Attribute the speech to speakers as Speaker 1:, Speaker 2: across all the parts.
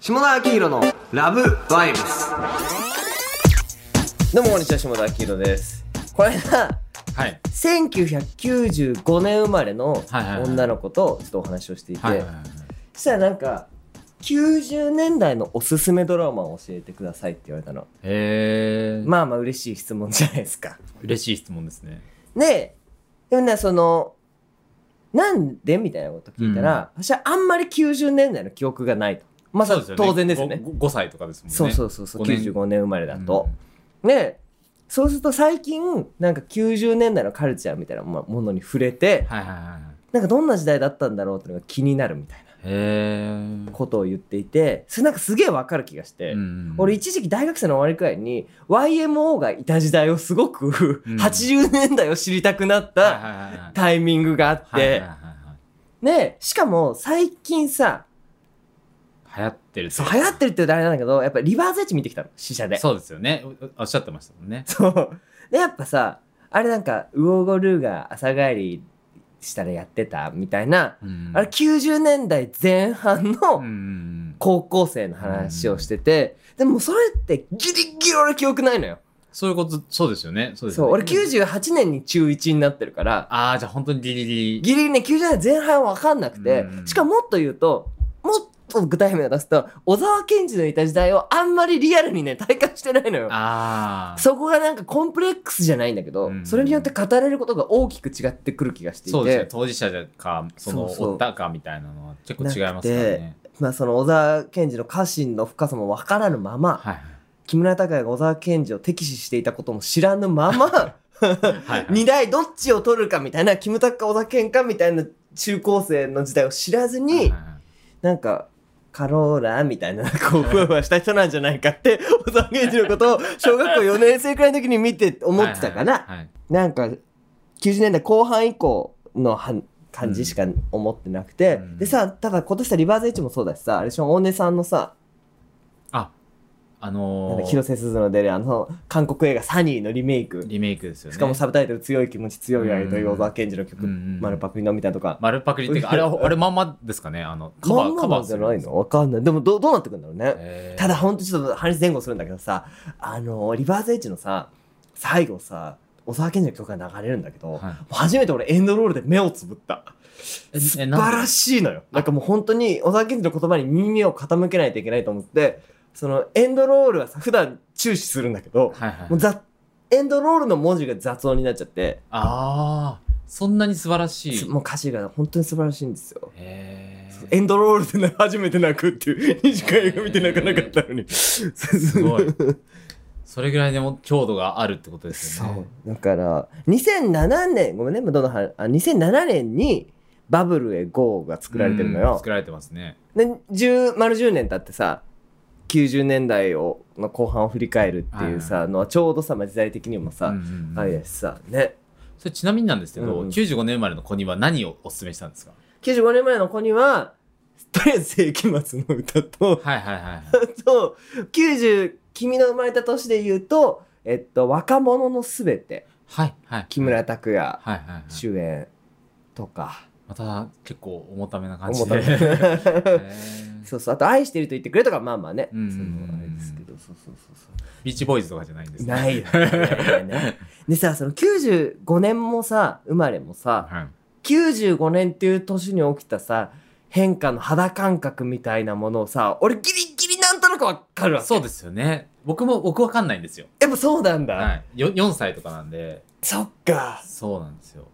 Speaker 1: 下田明宏のラブバイブス。
Speaker 2: どうもこんにちは、下田明宏です。これ間、
Speaker 3: はい。
Speaker 2: 1995年生まれの
Speaker 3: はいはいはい
Speaker 2: 女の子とちょっとお話をしていて、
Speaker 3: はいはいはい。
Speaker 2: そしたらなんか、90年代のおすすめドラマを教えてくださいって言われたの。
Speaker 3: えー、
Speaker 2: まあまあ嬉しい質問じゃないですか。
Speaker 3: 嬉しい質問ですね。
Speaker 2: で、でもな、その、なんでみたいなこと聞いたら、私はあんまり90年代の記憶がないと。まあ、
Speaker 3: そ
Speaker 2: そうう
Speaker 3: ですよね
Speaker 2: 当然ですね。
Speaker 3: ごご5歳とかですもんね。
Speaker 2: そうそうそうそう、
Speaker 3: 五年
Speaker 2: 95年生まれだと。ねそうすると最近なんか90年代のカルチャーみたいなもものに触れて
Speaker 3: うんはいはいはいはい。
Speaker 2: なんかどんな時代だったんだろうっていうのが気になるみたい
Speaker 3: え
Speaker 2: なことを言っていてそれなんかすげえわかる気がして、
Speaker 3: ー。うん
Speaker 2: 俺、一時期大学生の終わりくらいに YMO がいた時代をすごく
Speaker 3: うん
Speaker 2: 80年代を知りたくなっ
Speaker 3: はいは
Speaker 2: た
Speaker 3: いはいはい
Speaker 2: タイミングがあっ
Speaker 3: はいは
Speaker 2: て
Speaker 3: いはいはい
Speaker 2: ねしかも最近さ
Speaker 3: 流行ってる。
Speaker 2: そう流行ってるって言うとあれなんだけどやっぱリバーズエッジ見てきたの試写で
Speaker 3: そうですよね。おおっしゃってましたもん ね。
Speaker 2: そう。で、やっぱさ、あれなんか、ウオゴルーが朝帰りしたらやってたみたいな、
Speaker 3: うん
Speaker 2: あれ90年代前半
Speaker 3: う
Speaker 2: の
Speaker 3: ん。
Speaker 2: 高校生の話をしてて、でもそれってギリギリ俺記憶ないのよ。
Speaker 3: そういうこと、そうですよね。そうです
Speaker 2: そ
Speaker 3: よ
Speaker 2: う、
Speaker 3: ね。
Speaker 2: 俺98年に中1になってるから、
Speaker 3: ああ、じゃあ本当にギリギリ。
Speaker 2: ギリギリね、90年代前半は分かんなくて
Speaker 3: う、ん
Speaker 2: しかももっと言うと、もっと具体名を出すと、小沢健二のいた時代をあんまりリアルにね、体感してないのよ。
Speaker 3: ああ。
Speaker 2: そこがなんかコンプレックスじゃないんだけど、
Speaker 3: うん
Speaker 2: それによって語れることが大きく違ってくる気がしていて、
Speaker 3: そうですね。当事者か、その、
Speaker 2: そうそう
Speaker 3: おったかみたいなのは結構違いますからね。
Speaker 2: まあ、その小沢健二の家臣の深さも分からぬまま、
Speaker 3: はい
Speaker 2: 木村拓哉が小沢健二を敵視していたことも知らぬまま、
Speaker 3: はい。はい
Speaker 2: 二代どっちを取るかみたいな、キムタクか小沢健かみたいな中高生の時代を知らずに、
Speaker 3: はいはいはい
Speaker 2: なんか、カローラみたいな、こう、ふわふわした人なんじゃないかって、小沢健二のことを小学校4年生くらいの時に見て思ってたから、
Speaker 3: はいはい
Speaker 2: なんか90年代後半以降のは感じしか思ってなくて、
Speaker 3: うん
Speaker 2: でさただ今年さリバーズエッジもそうだしさあれでしょ大根さんのさ
Speaker 3: あ、
Speaker 2: な
Speaker 3: あ
Speaker 2: ん
Speaker 3: の
Speaker 2: だ
Speaker 3: ー、
Speaker 2: 広瀬すずの出るあの韓国映画「サニー」のリメイク、
Speaker 3: リメイクですよね。
Speaker 2: しかもサブタイトル「強い気持ち強い愛」と
Speaker 3: うん
Speaker 2: 小沢健二の曲
Speaker 3: うんう
Speaker 2: 「
Speaker 3: ん
Speaker 2: 丸パクリの」みたいなとか。
Speaker 3: 丸パクリ っていうか、あれ、あれまんまですかね。あの、カ
Speaker 2: ま
Speaker 3: バ
Speaker 2: ん
Speaker 3: ー、
Speaker 2: ま
Speaker 3: カ
Speaker 2: なん
Speaker 3: バー
Speaker 2: じゃ
Speaker 3: する
Speaker 2: ないのわかんない。でもどう、どうなってくんだろうね。
Speaker 3: へー
Speaker 2: ただほんとちょっと話前後するんだけどさ、あのリバーズエッジのさ、最後さ、小沢健二の曲が流れるんだけど、
Speaker 3: はい
Speaker 2: 初めて俺エンドロールで目をつぶった。
Speaker 3: え
Speaker 2: 素
Speaker 3: え
Speaker 2: 晴
Speaker 3: なんで
Speaker 2: らしいのよ。なんかもう本当に小沢健二の言葉に耳を傾けないといけないと思って、そのエンドロールはさ、普段注視するんだけど、
Speaker 3: はいはい
Speaker 2: もう。雑エンドロールの文字が雑音になっちゃって、
Speaker 3: ああ、そんなに素晴らしい。
Speaker 2: もう歌詞が本当に素晴らしいんですよ。
Speaker 3: へー
Speaker 2: エンドロールでね初めて泣くっていう、2時間映画見て泣かなかったのに。す
Speaker 3: すごい。それぐらいでも強度があるってことです
Speaker 2: そ
Speaker 3: よね
Speaker 2: う。。だから、2007年、ごめんね、どんどんは、あ2007年にバブルへ GO が作られてるの
Speaker 3: うん
Speaker 2: よ。
Speaker 3: 作られてますね。
Speaker 2: で10丸10年経ってさ90年代をの後半を振り返るっていうさ、
Speaker 3: はい
Speaker 2: のはちょうどさまあ時代的にもさ、
Speaker 3: うんうんうん
Speaker 2: あれだしさね
Speaker 3: それちなみになんですけ
Speaker 2: うんう
Speaker 3: ど、
Speaker 2: ん
Speaker 3: 95年生まれの子には何をお勧めしたん ですか
Speaker 2: 95年前の子にはとりあえず世紀末の歌と
Speaker 3: はいはいはい。
Speaker 2: あと90君の生まれた年で言うと「えっと、若者のすべて
Speaker 3: はいはい」。
Speaker 2: 木村拓哉
Speaker 3: はいはいはい。
Speaker 2: 主演とか
Speaker 3: また結構重ためな感
Speaker 2: 思
Speaker 3: じ
Speaker 2: った
Speaker 3: で。
Speaker 2: ね
Speaker 3: へ ー
Speaker 2: そうそうあと「愛してると言ってくれ」とかまあまあね、
Speaker 3: うん
Speaker 2: そのあれですけどそうそうそうそう
Speaker 3: ビーチボーイズとかじゃないんですね
Speaker 2: ないよ。ね。ない ねでさ、その95年もさ、生まれもさ、
Speaker 3: はい
Speaker 2: 95年っていう年に起きたさ、変化の肌感覚みたいなものをさ、俺ギリギリなんとなくわかるわけ。
Speaker 3: そうですよね。僕も、僕わかんないんですよ。
Speaker 2: やっぱそうなんだ。
Speaker 3: はい。よ4歳とかなんで、
Speaker 2: そっか。
Speaker 3: そうなんですよ。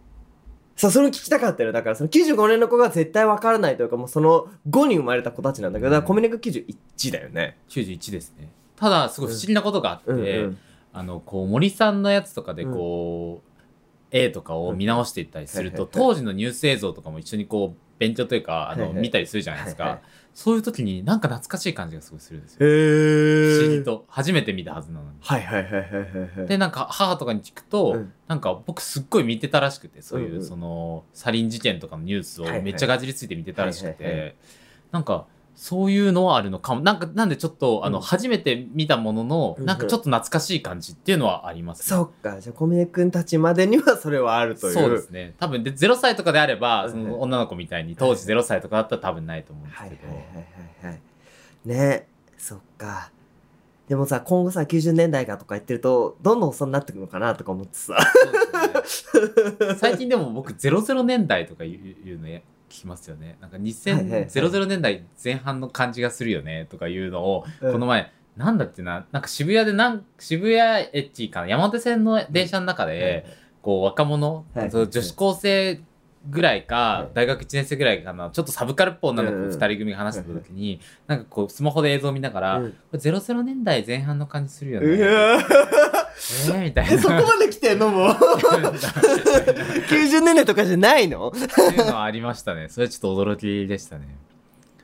Speaker 2: そう、それを聞きたかったよ。だからその95年の子が絶対わからないというか、もうその後に生まれた子たちなんだけど、だからコミュニケ91だよね。
Speaker 3: 91ですね。ただ、すごい不思議なことがあって、
Speaker 2: うんうん
Speaker 3: あの、こう、森さんのやつとかで、こう、A とかを見直していったりすると、
Speaker 2: うんはいはい
Speaker 3: 当時のニュース映像とかも一緒にこう、勉強というか、あの、
Speaker 2: はいはい
Speaker 3: 見たりするじゃないですか。
Speaker 2: はいはい
Speaker 3: そういう時になんか懐かしい感じがすごいするんです
Speaker 2: へ
Speaker 3: よ。
Speaker 2: ー
Speaker 3: 不思議。と。初めて見たはずなのに。
Speaker 2: はいはいはいはいはいはい。
Speaker 3: で、なんか母とかに聞くと、
Speaker 2: うん
Speaker 3: なんか僕すっごい見てたらしくて、そういうう、
Speaker 2: んうん
Speaker 3: その、サリン事件とかのニュースを
Speaker 2: はいはい
Speaker 3: めっちゃがじりついて見てたらしく
Speaker 2: はいはいは
Speaker 3: て、なんか、そういうのはあるのかも。なんか、なんでちょっと、あ
Speaker 2: う
Speaker 3: の、
Speaker 2: ん
Speaker 3: 初めて見たものの、
Speaker 2: うんうん
Speaker 3: なんかちょっと懐かしい感じっていうのはあります、
Speaker 2: そっか、じゃあ小峰くんたちまでにはそれはあるという。
Speaker 3: そうですね。多分、で、0歳とかであれ
Speaker 2: う
Speaker 3: ば、
Speaker 2: ん
Speaker 3: その女の子みたいに、当時0歳とかだったら多分ないと思うんです
Speaker 2: はい
Speaker 3: け
Speaker 2: はいは
Speaker 3: ど。
Speaker 2: いはいはい。ねそっかでもさ今後さ90年代がとか言ってるとどんどんそうになってくのかなとか思ってさ
Speaker 3: そうですね 最近でも僕00年代とか言う言うのや聞きますよねなんか
Speaker 2: はいはいはい
Speaker 3: 200000年代前半の感じがするよねとかいうのを
Speaker 2: うん
Speaker 3: この前なんだってななんか渋谷でなん渋谷エッチかな山手線の電車の中でこう若者、
Speaker 2: はい
Speaker 3: そう女子高生ぐらいか、
Speaker 2: はい
Speaker 3: 大学1年生ぐらいかなちょっとサブカルっぽい女の子
Speaker 2: うんうん
Speaker 3: 2人組が話してた時に、なんかこうスマホで映像を見ながら、
Speaker 2: う
Speaker 3: こ
Speaker 2: ん
Speaker 3: れ00年代前半の感じするよね、
Speaker 2: う
Speaker 3: え
Speaker 2: わ
Speaker 3: ーみたい
Speaker 2: え
Speaker 3: な
Speaker 2: そこまで来てんのも う90年代とかじゃないの
Speaker 3: っていうのはありましたね。それちょっと驚きでしたね。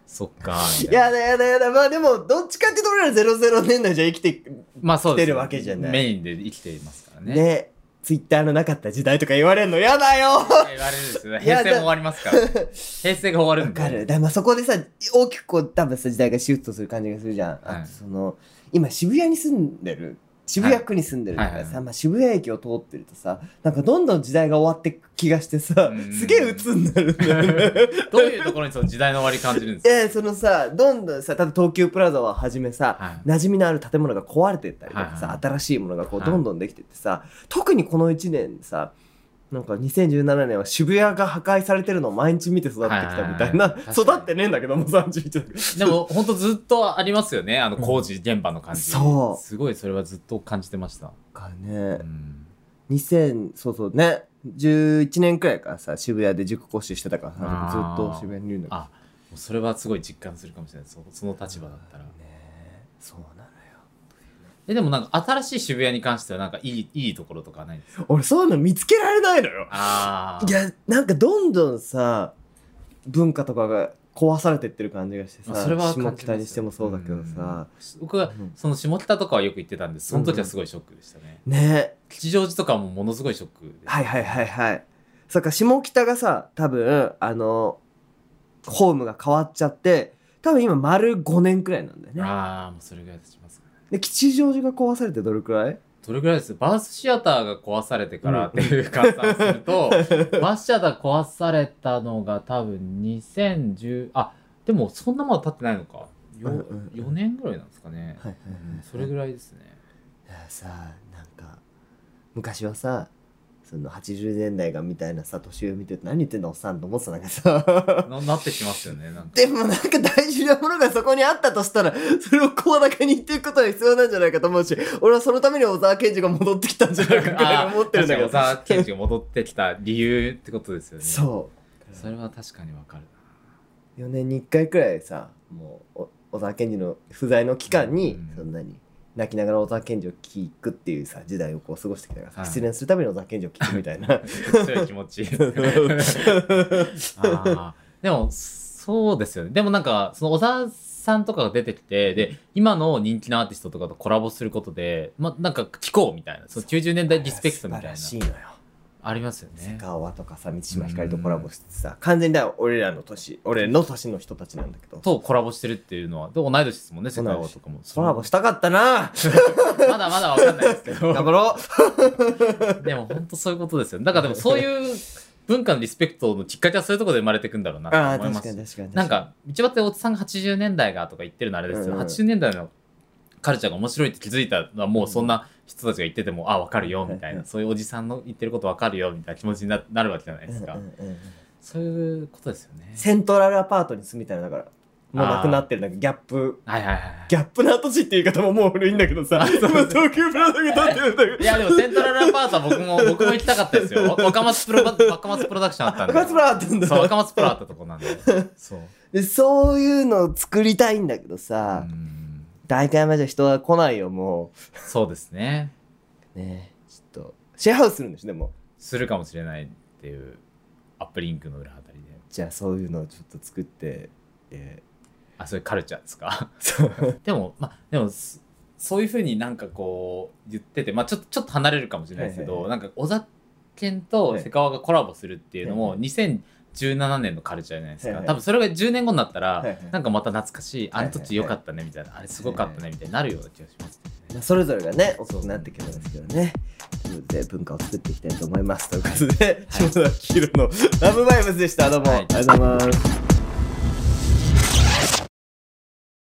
Speaker 3: そっか。みたい
Speaker 2: やだ
Speaker 3: な
Speaker 2: やだやだまあでもどっちかっていうと俺ら00年代じゃ生きていく
Speaker 3: まあそうで
Speaker 2: 来
Speaker 3: す
Speaker 2: てるわけじゃない
Speaker 3: メインで生きていますからね。
Speaker 2: ねツイッターのなかった時代とか言われるのやだよ
Speaker 3: 言われるんですよね。
Speaker 2: いや
Speaker 3: 平成も終わりま すから。平成が終わる
Speaker 2: わ
Speaker 3: んで。
Speaker 2: かる。だからまあそこでさ、大きくこう、多分さ、時代がシフトする感じがするじゃん。あ
Speaker 3: は
Speaker 2: と
Speaker 3: い
Speaker 2: その、今渋谷に住んでる。渋谷区に住んでるからさ、
Speaker 3: はいはいはい
Speaker 2: まあ、渋谷駅を通ってるとさ、なんかどんどん時代が終わってく気がしてさ
Speaker 3: う、ん
Speaker 2: すげえ鬱になるんだよ ね。
Speaker 3: どういうところにその時代の終わり感じるんです
Speaker 2: で、そのさ、どんどんさ、例えば東急プラザをはじめさ、
Speaker 3: はい
Speaker 2: 馴染みのある建物が壊れてったりとかさ、
Speaker 3: はいはい
Speaker 2: 新しいものがこう
Speaker 3: はい
Speaker 2: どんどんできてってさ、特にこの1年さなんか2017年は渋谷が破壊かされてるのを毎日見て育ってきたみたいな、
Speaker 3: はいはいはい
Speaker 2: 育ってねえんだけどもう31だ
Speaker 3: かでも本当ずっとありますよね。あの工事現場の感じ。
Speaker 2: そう
Speaker 3: すごいそれはずっと感じてました。
Speaker 2: か
Speaker 3: う
Speaker 2: ね
Speaker 3: ん
Speaker 2: 2000そうそうね11年くらいからさ渋谷で塾講習してたからさずっ
Speaker 3: あー
Speaker 2: と渋谷にいるんだけど
Speaker 3: あ、もうそれはすごい実感するかもしれない。そその立場だったら。
Speaker 2: ねそうなのよ
Speaker 3: え、でもなんか新しい渋谷に関してはなんかいい、いいところとかないですか
Speaker 2: 俺そういうの見つけられないのよ
Speaker 3: ああ。
Speaker 2: いやなんかどんどんさ文化とかが壊されてってる感じがしてさ
Speaker 3: まあそれは感じま
Speaker 2: 下
Speaker 3: す
Speaker 2: 北にしてもそうだけどさ、
Speaker 3: うん僕は
Speaker 2: うん
Speaker 3: その下北とかはよく行ってたんでその時はすごいショックでしたね、
Speaker 2: ね
Speaker 3: 吉祥寺とかもものすごいショックで
Speaker 2: はいはいはいはいそっか下北がさ多分あのホームが変わっちゃって多分今丸5年くらいなんだよね
Speaker 3: ああもうそれぐらい経ちますね
Speaker 2: で吉祥寺が壊されてどれくらい
Speaker 3: どれぐらいですバースシアターが壊されてからっていう換算する と、バースシアター壊されたのが多分2010あでもそんなまだ経ってないのか
Speaker 2: うん
Speaker 3: よ
Speaker 2: うんうん
Speaker 3: 4年ぐらいなんですかね、
Speaker 2: はいはいはい
Speaker 3: うんそれぐらいですね
Speaker 2: いやさなんか昔はさその80年代がみたいなさ年上見てて何言ってんだおっさんと思ってたんだけどさ
Speaker 3: ななってきますよねなんか
Speaker 2: でもなんか大事なものがそこにあったとしたら、 それを声高に言っていくことが必要なんじゃないかと思うし、俺はそのために小沢健二が戻ってきたんじゃないかぐらい思ってるんだけど
Speaker 3: あー確かに小沢健二が戻ってきた理由ってことですよね
Speaker 2: そ
Speaker 3: それは確かにわ かる
Speaker 2: う。4年に1回くらいさ、もう、お小沢健二の不在の期間に
Speaker 3: うん、
Speaker 2: そんなに。泣きながら小沢健二を聞くっていうさ時代をこう過ごしてきたからさ、
Speaker 3: はい
Speaker 2: 失恋するために小沢健二を聞くみたい な
Speaker 3: 強い気持 ち あーでもそうですよねでもなんかその小沢さんとかが出てきてで今の人気のアーティストとかとコラボすることで、ま、なんか聞こうみたいなその90年代リスペクトみたいな
Speaker 2: 素晴らしいのよ
Speaker 3: ありますよ
Speaker 2: セ
Speaker 3: ね
Speaker 2: カオワとかさ、満島ひかりとコラボしてさ、完全にだから俺らの年、俺の年の人たちなんだけど。
Speaker 3: とコラボしてるっていうのはで同い年ですもんね世界王とかも
Speaker 2: コラボしたかったな
Speaker 3: まだまだわかんないですけど
Speaker 2: 頑張ろ
Speaker 3: でも本当そういうことですよねだからでもそういう文化のリスペクトのきっかけはそういうところで生まれてくんだろうな
Speaker 2: うああ、
Speaker 3: と思い
Speaker 2: 確
Speaker 3: ま
Speaker 2: かに
Speaker 3: す
Speaker 2: 確かに。
Speaker 3: なんか、道端でおっさんが80年代がとか言ってるのあれですけど、
Speaker 2: うんうん
Speaker 3: 80年代のカルチャーが面白いって気づいたのは、もうそんな人たちが言ってても、あ、わかるよ、みたい
Speaker 2: うんう
Speaker 3: な、そういうおじさんの言ってることわかるよ、みたいな気持ちにななるわけじゃないですか
Speaker 2: うん。うんうん
Speaker 3: そういうことですよね。
Speaker 2: セントラルアパートに住みたいな、だから。もうなくなってるんだけど、ギャップ。
Speaker 3: はいはいはい。
Speaker 2: ギャップの跡地っていう言い方ももう古いんだけどさ、今東急プラザが建ってる んだけ
Speaker 3: い
Speaker 2: ど。
Speaker 3: や、でもセントラルアパートは僕も、僕も行きたかったですよ。 わ若松プロ、若松プロダクションあったんで。
Speaker 2: 赤松プラってん
Speaker 3: そう、
Speaker 2: だ
Speaker 3: 若松プロあったとこなんで。 そう。
Speaker 2: でそういうのを作りたいんだけど
Speaker 3: う
Speaker 2: さ、
Speaker 3: ん
Speaker 2: 代官山じゃ人は来ないよも
Speaker 3: そうですね。
Speaker 2: うねちょっとシェアハウスするんでしょでも
Speaker 3: するかもしれないっていう、アップリンクの裏あたりで。
Speaker 2: じゃあそういうのをちょっと作って、え
Speaker 3: あ、そういうカルチャーで すか
Speaker 2: ーそう
Speaker 3: でも、まあ、でもそ、そういうふうになんかこう、言ってて、まあ、ちょっと、ちょっと離れるかもしれないですけ
Speaker 2: はい
Speaker 3: ど、
Speaker 2: は
Speaker 3: なんか、小田健とセカワがコラボするっていうの
Speaker 2: は
Speaker 3: も、
Speaker 2: いは
Speaker 3: 2017年のカルチャーじゃないです
Speaker 2: はい
Speaker 3: か。
Speaker 2: はい
Speaker 3: 多分、それが10年後になったら
Speaker 2: はいはい、
Speaker 3: なんかまた懐かしい、あ
Speaker 2: はい
Speaker 3: の
Speaker 2: はいはい
Speaker 3: 時良かったね、みたいな、あれすごかったね、みたいになるような気がします
Speaker 2: ま
Speaker 3: ね。
Speaker 2: あそれぞれがね大きくなっていけばですけどねということで文化を作ってい きたいと思いますということで、
Speaker 3: はい
Speaker 2: 下田ヒロのラブバイブスでしたどうも、
Speaker 3: はい
Speaker 2: ありがとうございます